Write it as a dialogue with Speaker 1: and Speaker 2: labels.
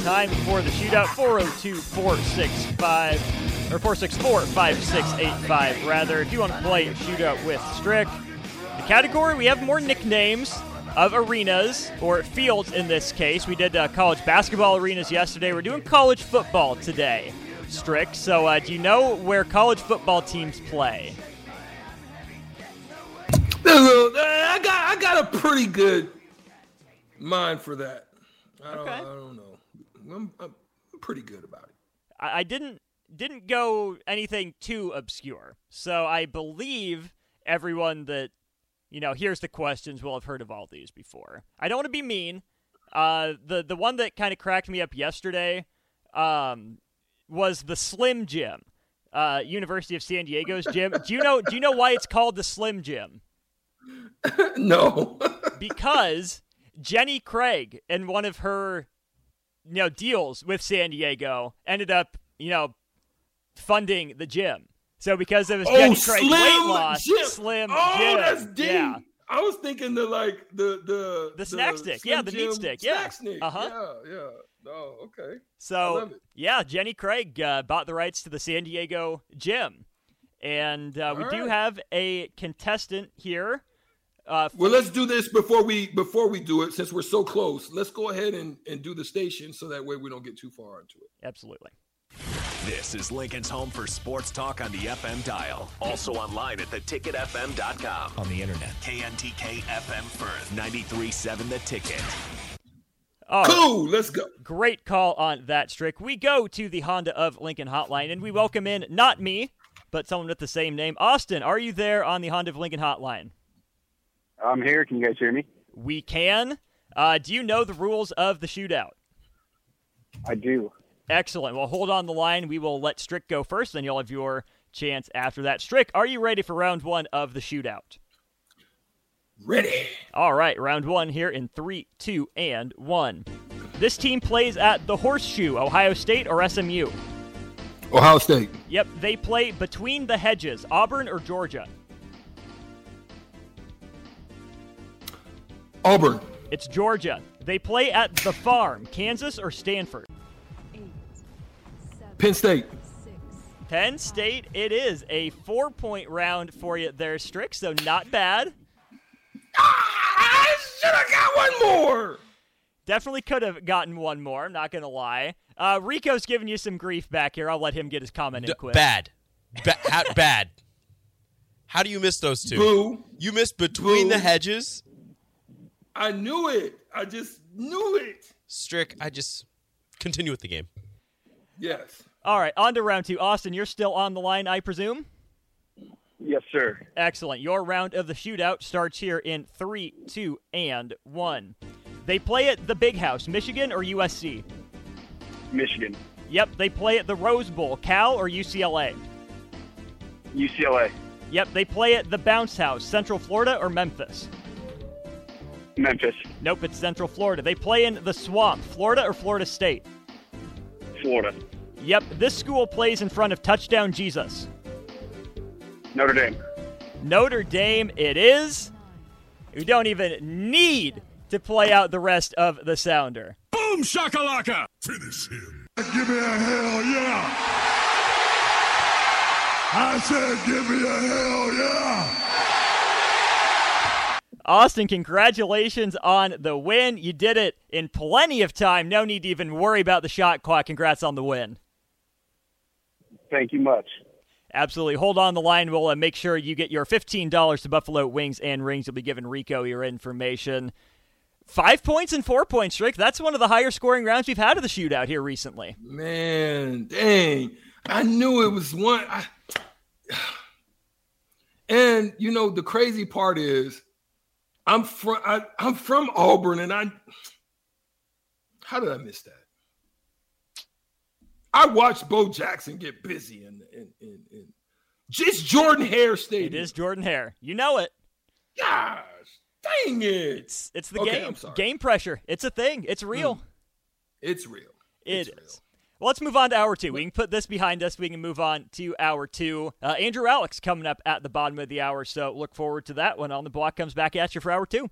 Speaker 1: Time for the shootout 402 465 or 464 5685. Rather, if you want to play a shootout with Strick, the category we have more nicknames of arenas or fields in this case. We did uh, college basketball arenas yesterday. We're doing college football today, Strick. So, uh, do you know where college football teams play?
Speaker 2: There's a- I got I got a pretty good mind for that. I don't,
Speaker 1: Okay.
Speaker 2: I don't know. I'm, I'm pretty good about it.
Speaker 1: I, I didn't didn't go anything too obscure. So I believe everyone that you know hears the questions will have heard of all these before. I don't want to be mean. Uh, the the one that kind of cracked me up yesterday um, was the Slim Jim, uh, University of San Diego's gym. do you know Do you know why it's called the Slim Jim?
Speaker 2: No.
Speaker 1: because Jenny Craig in one of her you know deals with San Diego ended up, you know, funding the gym. So because of his Jenny Craig weight loss,
Speaker 2: Oh, Jim.
Speaker 1: Slim
Speaker 2: Oh,
Speaker 1: Jim.
Speaker 2: that's deep.
Speaker 1: Yeah.
Speaker 2: I was thinking the like the the
Speaker 1: The snack stick. Yeah,
Speaker 2: Slim
Speaker 1: the meat
Speaker 2: Jim
Speaker 1: stick. Yeah.
Speaker 2: Snack stick.
Speaker 1: Uh-huh.
Speaker 2: Yeah, yeah. Oh, okay. I
Speaker 1: So
Speaker 2: love it.
Speaker 1: yeah, Jenny Craig uh, bought the rights to the San Diego gym, and uh, we
Speaker 2: All
Speaker 1: do
Speaker 2: right.
Speaker 1: have a contestant here. Uh,
Speaker 2: Well, let's do this before we before we do it, since we're so close. Let's go ahead and, and do the station so that way we don't get too far into it.
Speaker 1: absolutely.
Speaker 3: This is Lincoln's home for sports talk on the FM dial. Also online at theticketfm.com. On the internet. KNTK FM Firth, 93.7 The Ticket.
Speaker 1: All right.
Speaker 2: Cool, let's go.
Speaker 1: Great call on that, Strick. We go to the Honda of Lincoln hotline and we welcome in not me, but someone with the same name. Austin, are you there on the Honda of Lincoln hotline?
Speaker 4: I'm here. Can you guys hear me?
Speaker 1: We can. Uh, do you know the rules of the shootout?
Speaker 4: I do.
Speaker 1: Excellent. Well, hold on the line. We will let Strick go first, then you'll have your chance after that. Strick, are you ready for round one of the shootout?
Speaker 2: Ready.
Speaker 1: All right, round one here in three, two, and one. This team plays at the Horseshoe, Ohio State or SMU?
Speaker 2: Ohio State.
Speaker 1: Yep, they play between the hedges, Auburn or Georgia.
Speaker 2: Auburn.
Speaker 1: It's Georgia. They play at the farm, Kansas or Stanford.
Speaker 2: Penn State.
Speaker 1: Penn State, it is a four point round for you there, Strick, so not bad.
Speaker 2: Ah, I should have got one more.
Speaker 1: Definitely could have gotten one more, I'm not going to lie. Uh, Rico's giving you some grief back here. I'll let him get his comment in
Speaker 5: D-
Speaker 1: quick.
Speaker 5: bad. Ba- how, bad. How do you miss those two?
Speaker 2: Boo.
Speaker 5: You missed between the
Speaker 2: Boo.
Speaker 5: hedges.
Speaker 2: I knew it. I just knew it.
Speaker 5: Strick, I just continue with the game.
Speaker 2: Yes.
Speaker 1: All right, on to round two. Austin, you're still on the line, I presume?
Speaker 4: Yes, sir.
Speaker 1: Excellent. Your round of the shootout starts here in three, two, and one. They play at the Big House, Michigan or USC?
Speaker 4: Michigan,
Speaker 1: Yep, they play at the Rose Bowl, Cal or UCLA?
Speaker 4: UCLA,
Speaker 1: Yep, they play at the Bounce House, Central Florida or Memphis?
Speaker 4: Memphis,
Speaker 1: Nope, it's Central Florida. They play in the Swamp, Florida or Florida State?
Speaker 4: Florida,
Speaker 1: Yep, this school plays in front of Touchdown Jesus.
Speaker 4: Notre Dame,
Speaker 1: Notre Dame it is. We don't even need to play out the rest of the sounder.
Speaker 6: Give me a hell yeah! I said, give me a hell yeah!
Speaker 1: Austin, congratulations on the win. You did it in plenty of time. No need to even worry about the shot clock. Congrats on the win.
Speaker 4: thank you much.
Speaker 1: Absolutely. Hold on the line. We'll uh, make sure you get your $15 to Buffalo Wings and Rings. You'll be giving Rico your information. Five points and four points, Rick. That's one of the higher scoring rounds we've had of the shootout here recently.
Speaker 2: Man, dang. I knew it was one. I... And you know the crazy part is, I'm from I, I'm from Auburn, and I. How did I miss that? I watched Bo Jackson get busy in in in, in just Jordan Hare
Speaker 1: It
Speaker 2: Stadium.
Speaker 1: is Jordan Hare. You know it.
Speaker 2: Gosh, dang it!
Speaker 1: It's it's the
Speaker 2: Okay,
Speaker 1: game.
Speaker 2: I'm sorry. Hmm.
Speaker 1: Game pressure. It's a thing. It's real.
Speaker 2: It's real.
Speaker 1: It
Speaker 2: real.
Speaker 1: is. Well, let's move on to hour two. We can put this behind us. We can move on to hour two. Uh, Andrew Alex coming up at the bottom of the hour, so look forward to that when On the Block comes back at you for hour two.